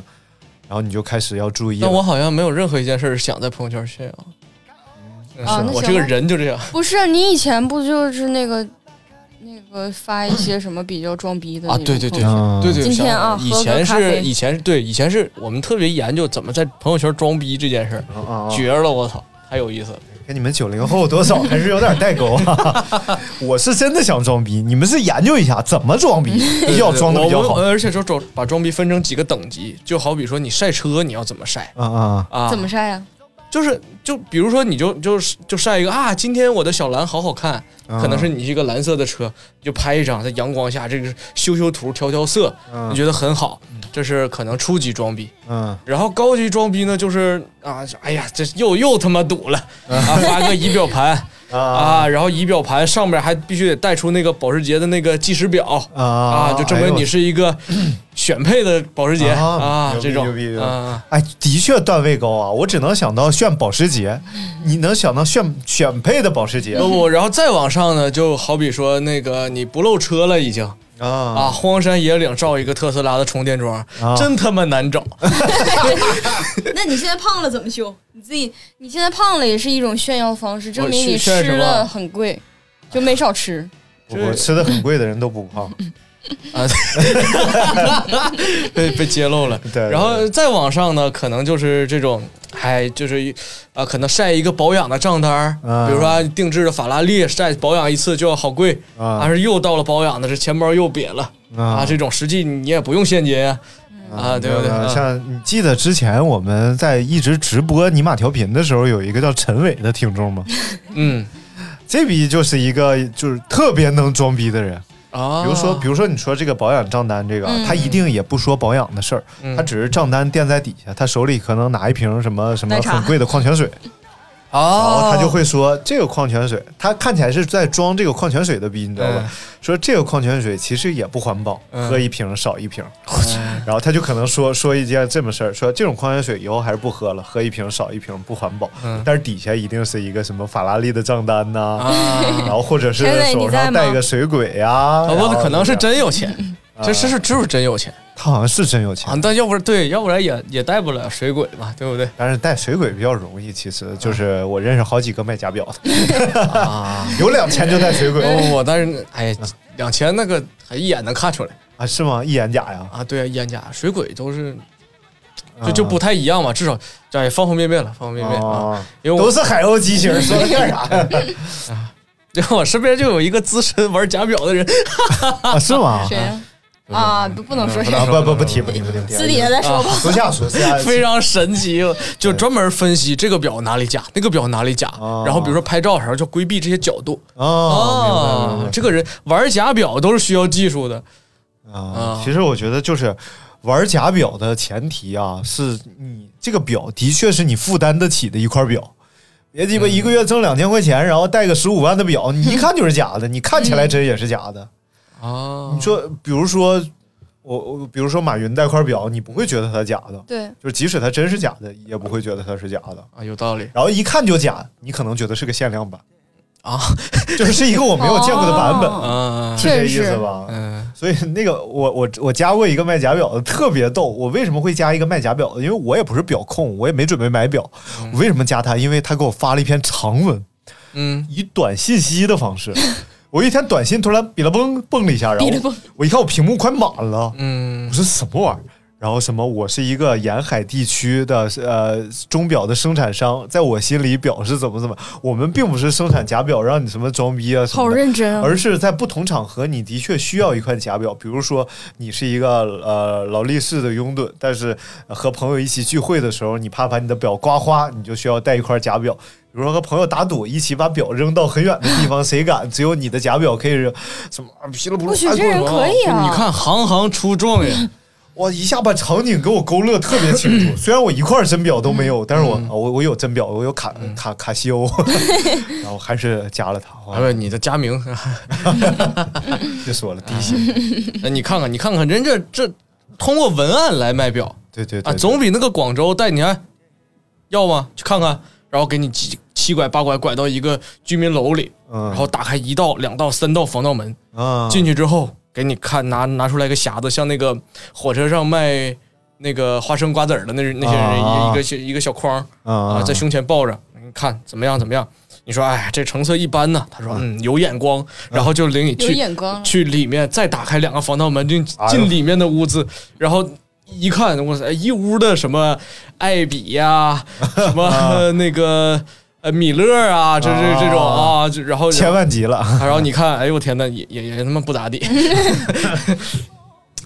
然后你就开始要注意
但我
了。
好像没有任何一件事儿想在朋友圈炫耀。嗯
啊那
我
行
这个
吧
人就这样，
不是你以前不就是那个那个发一些什么比较装逼的
啊
那种
对对
朋
对
友
嗯
对对，
今
我想
天啊
起
喝
来以前
个咖
是
啡
以前对以前是我们特别研究怎么在朋友圈装逼这件事儿，
啊啊啊
绝了！我操，太有意思了。
跟你们九零后多少还是有点代沟啊！ 我是真的想装逼，你们是研究一下怎么装逼，
嗯
要装的比较
我
好
们。而且就装把装逼分成几个等级，就好比说你晒车你要怎么晒
啊啊！
啊？
怎么晒呀？
就是就比如说你就就是就晒一个啊，今天我的小蓝好好看，
啊
可能是你是一个蓝色的车，你就拍一张在阳光下这个修修图调调色，
啊
你觉得很好，这是可能初级装逼。
嗯，
然后高级装逼呢，就是啊，哎呀，这又又他妈堵了啊！发个仪 表盘啊，然后仪表盘上面还必须得带出那个保时捷的那个计时表
啊
啊，就证明你
是。
是一个 选配的保时捷
啊
啊，
牛逼
这种
牛逼牛逼
啊，
哎，的确段位高啊！我只能想到炫保时 捷，你能想到炫选配的保时捷
要不然后再往上呢，就好比说那个你不露车了已经啊，
啊？
荒山野岭造一个特斯拉的充电桩
啊，
真他妈难找。
那你现在胖了怎么修？你自己你现在胖了也是一种炫耀方式，证明
我
你吃
炫炫什么
的很贵，就没少吃。
这
我吃的很贵的人都不胖，
啊，被被揭露了
对。
然后再往上呢，可能就是这种，哎还就是啊，可能晒一个保养的账单儿，
啊
比如说啊定制的法拉利晒保养一次就要好贵，
啊
但是又到了保养的这钱包又瘪了啊，这种实际你也不用现金啊，
嗯
啊对不对？啊
像你记得之前我们在一直直播尼玛调频的时候，有一个叫陈伟的听众吗？
嗯
这逼就是一个就是特别能装逼的人。
啊，
比如说，比如说你说这个保养账单这个啊，
嗯
他一定也不说保养的事儿，
嗯
他只是账单垫在底下，他手里可能拿一瓶什么什么
奶茶
很贵的矿泉水，然后
哦，
他就会说这个矿泉水，他看起来是在装这个矿泉水的逼，你知道吧
嗯？
说这个矿泉水其实也不环保，
嗯
喝一瓶少一瓶。 然后他就可能说说一件这么事儿，说这种矿泉水以后还是不喝了，喝一瓶少一瓶不环保。
嗯
但是底下一定是一个什么法拉利的账单呐、
啊，
然后或者 是
陈磊
手
你在
上
吗
带个水鬼呀、啊，
我
然后
哦可能是
这样，
真有钱，
嗯
这是是就是真有钱
他好像是真有钱
啊，，但要不然对，要不然也也带不了水鬼嘛，对不对？
但是带水鬼比较容易。其实就是我认识好几个卖假表的，
啊，
有两千就带 水鬼
我我但是哎，两千那个还一眼能看出来
啊，是吗？一眼假呀，
啊，对啊，一眼假水鬼都是就就不
嗯
太一样嘛，至少哎方方面面了，方方面面啊，
啊，
因为
都
我
是海鸥机型，说 的干啥呀？
因为我身边就有一个资深玩假表的人
啊，是吗？
谁呀？啊，不不能说谁
啊，不啊不不提不提不提，不提
私底下再说吧。
私下说，私下
非常神奇，就专门分析这个表哪里假，那个表哪里假，
哦
然后比如说拍照的时候就规避这些角度
哦，明白明白明
啊啊
白。
这个人玩假表都是需要技术的，
啊
啊，
其实我觉得就是玩假表的前提啊，是你这个表的确是你负担得起的一块表。别鸡巴
嗯
一个月挣两千块钱，然后带个十五万的表，你一看就是假 的，你看起
嗯
来真也是假的。
啊
你说，比如说我我，比如说马云带块表，你不会觉得它假的，
对，
就是即使它真是假的，也不会觉得它是假的。
啊有道理
然后一看就假，你可能觉得是个限量版，
啊
就是是一个我没有见过的版本，
哦
啊
是这意
确
思
实
吧？
嗯
所以那个我我我加过一个卖假表的，特别逗。我为什么会加一个卖假表的？因为我也不是表控，我也没准备买表。
嗯
我为什么加他？因为他给我发了一篇长文，
嗯
以短信息的方式。我一天短信突然哔了嘣蹦了一下，然
哔了
后
蹦
我一看我屏幕快满了，我
嗯
说什么玩意儿？然后什么？我是一个沿海地区的呃钟表的生产商，在我心里表是怎么怎么。我们并不是生产假表让你什么装逼啊什么
好
的，
认真啊！
嗯
而是在不同场合，你的确需要一块假表。比如说，你是一个呃劳力士的拥趸，但是呃和朋友一起聚会的时候，你怕把你的表刮花，你就需要带一块假表。比如说和朋友打赌，一起把表扔到很远的地 方，谁敢？只有你的假表可以扔什么？噼里不噜
不许
哎
这人可以啊！
你看行行出状元，
哇，一下把场景给我勾勒特别清楚。虽然我一块真表都没有，但是
嗯
我、哦我我有真表，我有卡卡卡西 欧，然后还是加了它。哦
哎不
哇，
你的佳明，
别说了，
啊
低薪。
那哎你看看你看看人这这通过文案来卖表
对对对
啊，总比那个广州带你哎要吗？去看看，然后给你七七拐八拐拐到一个居民楼里，
嗯
然后打开一道、两道、三道防盗门，
啊，
进去之后给你看拿拿出来个匣子，像那个火车上卖那个花生瓜子儿的那那些人一、
啊
一个小一个小筐
啊
啊，在胸前抱着，你看怎么样怎么样？你说哎，这成色一般呢。
啊
他说嗯，有眼光，然后就领你
有
去
眼光了，啊
去里面再打开两个防盗门，进
哎呦
进里面的屋子，然后一看，哇塞，一屋的什么艾比呀、什么、
啊
呃 那个呃米勒啊，这这这种啊，就然后
千万级了。
然后你看，哎呦我天呐，也也也他妈不 咋地，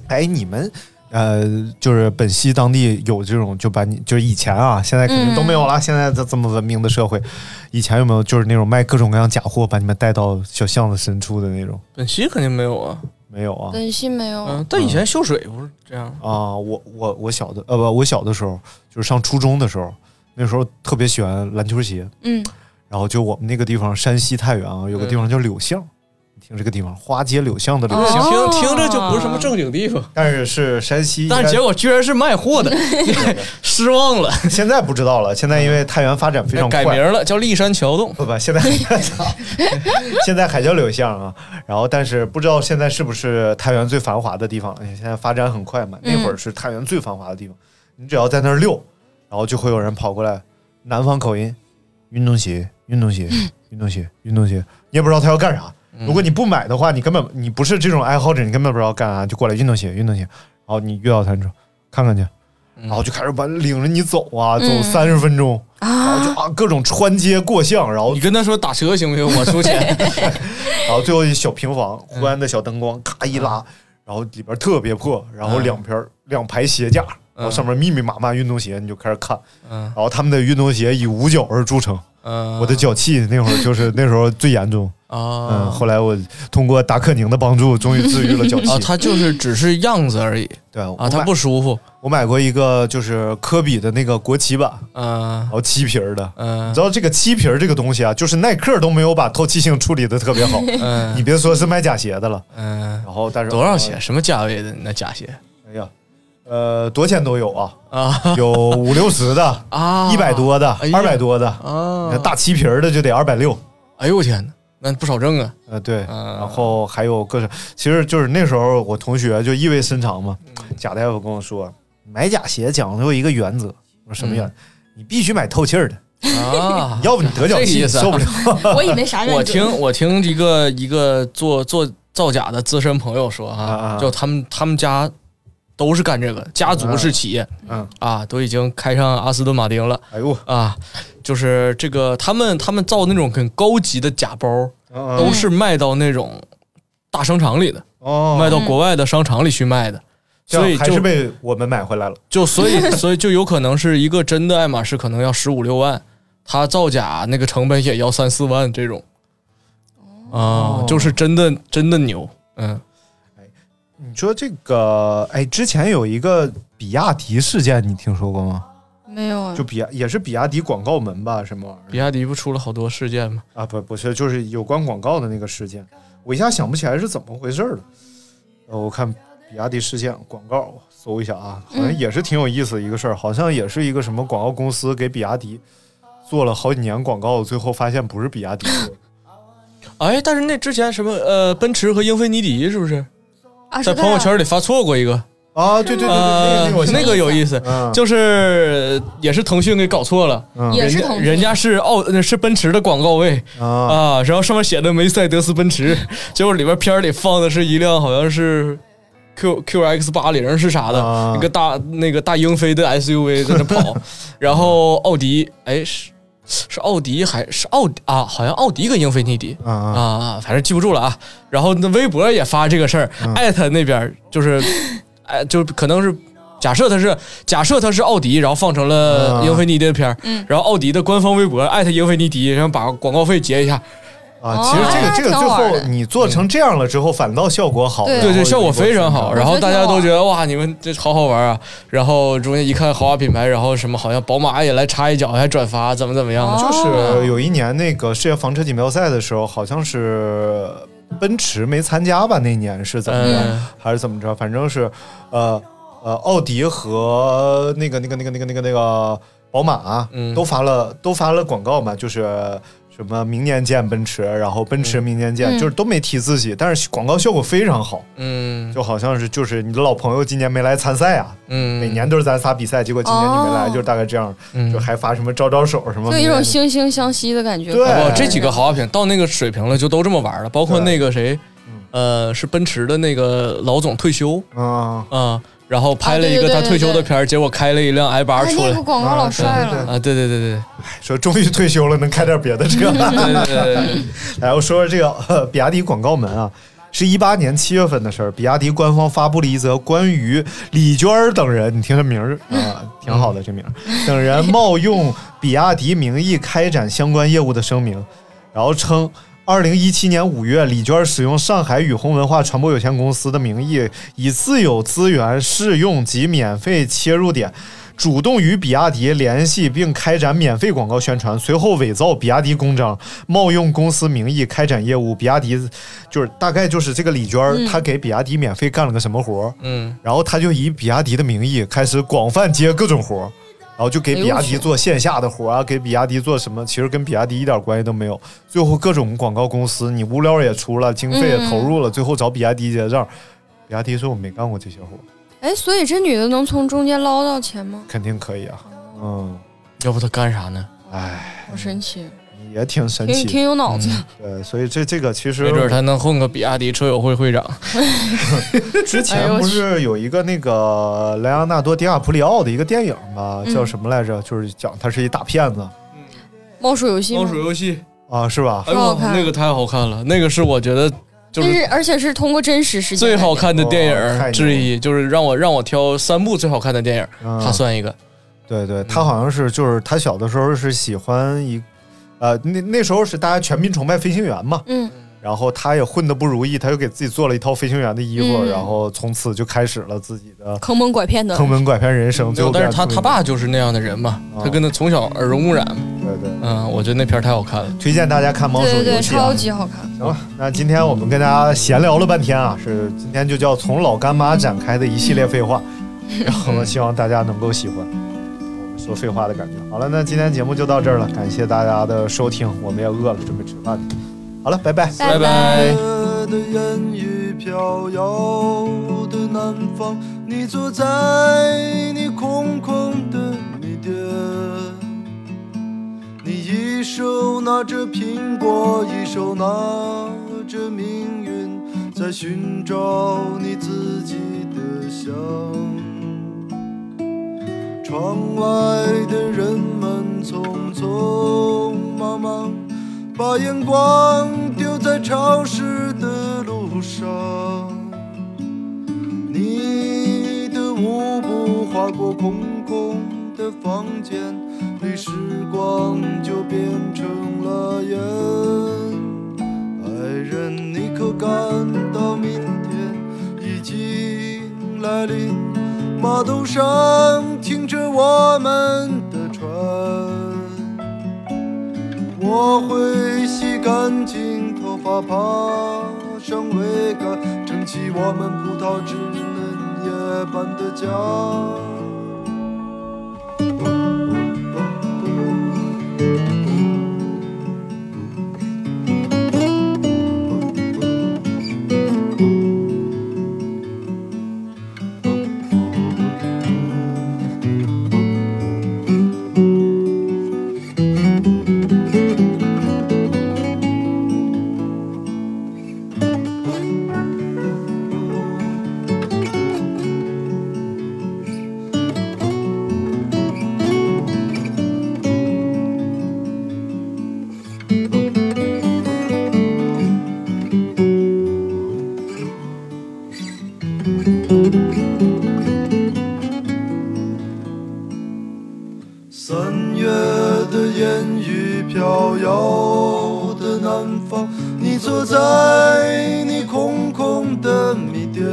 哎，你们呃，就是本溪当地有这种，就把你就是以前啊，现在肯定都没
嗯
有了。现在这这么文明的社会，以前有没有就是那种卖各种各样假货，把你们带到小巷子深处的那种？
本溪肯定没有啊，
没有啊。
本溪没有，
嗯，但以前秀水不是这样
啊，我我我小的呃不，我小的时候就是上初中的时候，那时候特别喜欢篮球鞋，
嗯，
然后就我们那个地方山西太原啊，有
嗯
个地方叫柳巷，你听这个地方花街柳巷的柳巷，
哦
听听着就不是什么正经地方，
但是是山西，
但是结果居然是卖货的， 失望了，
现在不知道了，现在因为太原发展非常快，
改名了，叫立山桥洞。
不不，现在 现在还叫柳巷啊，然后但是不知道现在是不是太原最繁华的地方了，因为现在发展很快嘛，那会儿是太原最繁华的地方，你只要在那儿遛，然后就会有人跑过来，南方口音，运动鞋，运动鞋，运动鞋，运动鞋，你也不知道他要干啥。如果你不买的话，你根本你不是这种爱好者，你根本不知道干啥，就过来运动鞋，运动鞋，然后你遇到他，你说看看去，然后就开始把领着你走啊，走三十分钟，然后
啊，
就啊各种穿街过巷，然后
你跟他说打折行不行？我出钱。
然后最后一小平房，
嗯
昏暗的小灯光，咔一拉，然后里边特别破，然后
嗯
两边两排鞋架，然后上面密密麻麻运动鞋，你就开始看，
嗯
然后他们的运动鞋以五角而著称，
嗯，
我的脚气那会儿 就是那时候最严重，嗯，
啊
后来我通过达克宁的帮助，终于治愈了 脚
啊，
气。
他就是只是样子而已
对
啊，
我
他
买
不舒服。
我买过一个就是科比的那个国旗版，
嗯
然后漆皮儿的，
嗯
你知道这个漆皮儿这个东西啊，就是耐克都没有把透气性处理的特别好，你
嗯
别说是卖假鞋的了。
嗯，
然后但是呃
多少钱？？什么价位的那假鞋
哎呀，呃，多钱都有 啊，
啊
有五六十 的，
啊？
一百多的
哎，呀
二百多的，
啊
那！大漆皮儿的就得二百六。
哎呦我天哪，那不少挣啊！
呃，对，
嗯
然后还有各种，其实就是那时候我同学就意味深长嘛，贾大夫跟我说，买假鞋讲究一个原则，我说什么原则？你必须买透气儿 的，，
啊
要不你得脚
这个
气
意思啊
受不 了。
我以为
哎
啥原则？
我听我听一个一个做做造假的资深朋友说
啊
啊
啊，
就他们他们家都是干这个，家族是企业
嗯，
啊，都已经开上阿斯顿马丁了
哎呦，
啊，就是这个他们他们造那种很高级的假包，
嗯
都是卖到那种大商场里的，
哦，
卖到国外的商场里去卖的，
这样
所以
还是
就
被我们买回来了。
就 所以所以就有可能是一个真的爱马仕可能要十五六万，它造假那个成本也要三四万这种，
哦
啊，就是真的真的牛，嗯
你说这个，哎，之前有一个比亚迪事件，你听说过吗？
没有啊
就，比亚也是比亚迪广告门吧，什么玩
比
意儿
亚迪不出了好多事件吗？
啊？不，不是，就是有关广告的那个事件，我一下想不起来是怎么回事了。呃，我看比亚迪事件广告，搜一下啊，好
嗯
像也是挺有意思的一个事儿，好像也是一个什么广告公司给比亚迪做了好几年广告，最后发现不是比亚迪做 的
哎，但是那之前什么呃，奔驰和英菲尼迪是不是
啊
在
是
朋友圈里发错过一个？
啊，对对对对，
呃
那个我，想
那个有意思，
嗯
就是也是腾讯给搞错了。
嗯
也是
人家
同
人家是奥呃是奔驰的广告位
啊
啊，然后上面写的梅赛德斯奔驰， 结果里边片儿里放的是一辆好像是 Q QX 八零是啥的，
啊
一个大那个大英菲的 SUV 在 那跑，然后奥迪哎是是奥迪还是奥迪啊，好像奥迪跟英菲尼迪。
啊啊
啊，反正记不住了啊。然后那微博也发这个事儿，
啊
艾特、那边儿 就是，哎，就可能是假设他是假设他是奥迪，然后放成了
啊
英菲尼迪的片儿，然后奥迪的官方微博艾特英菲尼迪，然后把广告费结一下，
啊！其实这
哦
个这个
挺
最
好玩
后
的
你做成这样了之后，反倒效果好，
对
然后
对对，效果
有一波
非常好。啊
宣传
然后大家都
觉
觉得哇，你们这好好玩啊。然后中间一看豪华品牌，然后什么好像宝马也来插一脚，还转发，怎么怎么样的。
就是有一年那个世界房车锦标赛的时候，好像是奔驰没参加吧？那年是怎么着，
嗯
还是怎么着？反正是，呃呃，奥迪和那个那个那个那个那个那个宝马、
嗯
都发了都发了广告嘛，就是什么明年见奔驰，然后奔驰明年见，
嗯
就是都没提自己，但是广告效果非常好，
嗯
就好像是就是你的老朋友今年没来参赛啊，
嗯，
每年都是咱仨比赛，结果今年你没来，
哦
就是大概这样，
嗯
就还发什么招招手什么，
就有一种惺惺相惜的感觉。
对
哇，这几个豪华品到那个水平了，就都这么玩了。包括
对
那个谁，呃，是奔驰的那个老总退休
啊，
啊、然后拍了一
啊对
个
对对
他退休的片儿，结果开了一辆 i 八
哎，
出
那
来
个广告老帅了，
啊！对对对 对
说终于退休了，能开点别的车。
对对对对，
来，我说说这个、呃比亚迪广告门啊，是一八年七月份的事儿。比亚迪官方发布了一则关于李娟儿等人，你听这名儿啊、挺好的这名儿，等人冒用比亚迪名义开展相关业务的声明，然后称。二零一七年五月，李娟儿使用上海雨虹文化传播有限公司的名义，以自有资源试用及免费切入点，主动与比亚迪联系并开展免费广告宣传，随后伪造比亚迪公章，冒用公司名义开展业务。比亚迪就是大概就是这个李娟儿，她给比亚迪免费干了个什么活儿，
嗯，
然后她就以比亚迪的名义开始广泛接各种活儿。然后就给哎比亚迪做线下的活儿啊，给比亚迪做什么，其实跟比亚迪一点关系都没有。最后各种广告公司，你物料也出了，经费也投入了，最后找比亚迪结账。比亚迪说我没干过这些活儿，
哎，所以这女的能从中间捞到钱吗？
肯定可以啊。嗯，
要不他干啥呢？
哎。
好神奇！
你也挺神
挺挺
奇。嗯
有脑子。
对，所以这这个其实
没准儿他能混个比亚迪车友会会长。
之
哎
前
呦我
不
去
是有一个那个莱昂纳多·迪亚普里奥的一个电影吗？叫什么来着？就是讲他是一大骗子
猫鼠游戏吗，
游戏，
啊，是吧？
哎
嗯好
呦，
看
那个太好看了，那个是我觉得就
但
是
是而且是通过真实事件
最好
改编
看的电影
哦太牛
儿
了
之一，就是让我让我挑三部最好看的电影儿，
嗯
它算一个。
对
嗯
对，他好像是就是他小的时候是喜欢一，呃，那那时候是大家全民崇拜飞行员嘛，
嗯，
然后他也混得不如意，他又给自己做了一套飞行员的衣服，
嗯
然后从此就开始了自己的
坑蒙拐骗的。
坑蒙拐骗人生。
没
最后
有嗯但是
变
他
成
他爸就是那样的人嘛，
哦
他跟他从小耳濡目染嘛。
对对，
嗯，我觉得那片儿太好看了。
推荐大家看《猫鼠
对对
游
对，
戏》啊
超。级好看。
行了，那今天我们跟大家闲聊了半天啊，是今天就叫从老干妈展开的一系列废话，然后希望大家能够喜欢我们说废话的感觉。好了，那今天节目就到这儿了，感谢大家的收听，我们也饿了，准备吃饭去。好了，拜拜。
拜拜。
夜的烟雨飘摇的南方，你坐在你空空的米店，你一手拿着苹果，一手拿着命运，在寻找你自己的香。窗外的人们匆匆忙忙，把眼光丢在潮湿的路上。你的舞步划过空空的房间里，时光就变成了烟。爱人，你可感到明天已经来临？码头上停着我们的船，我会洗干净头发，爬上桅杆，撑起我们葡萄枝嫩叶般的家。三月的烟雨飘摇的南方，你坐在你空空的米店，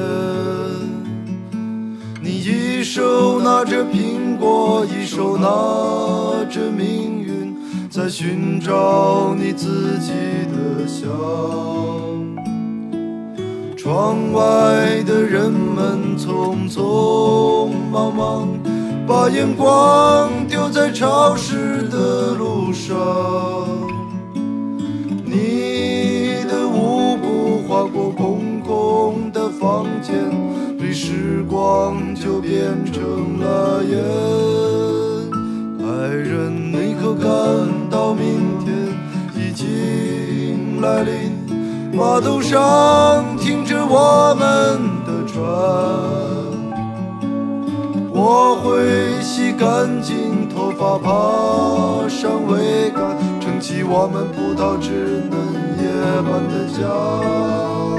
你一手拿着苹果，一手拿着命运，在寻找你自己的香。窗外的人们匆匆忙忙，把眼光丢在潮湿的路上。你的舞步划过空空的房间里，时光就变成了烟。爱人，你可感到明天已经来临？码头上停着我们的船，我会洗干净头发，爬上桅杆，撑起我们葡萄枝嫩叶般的家。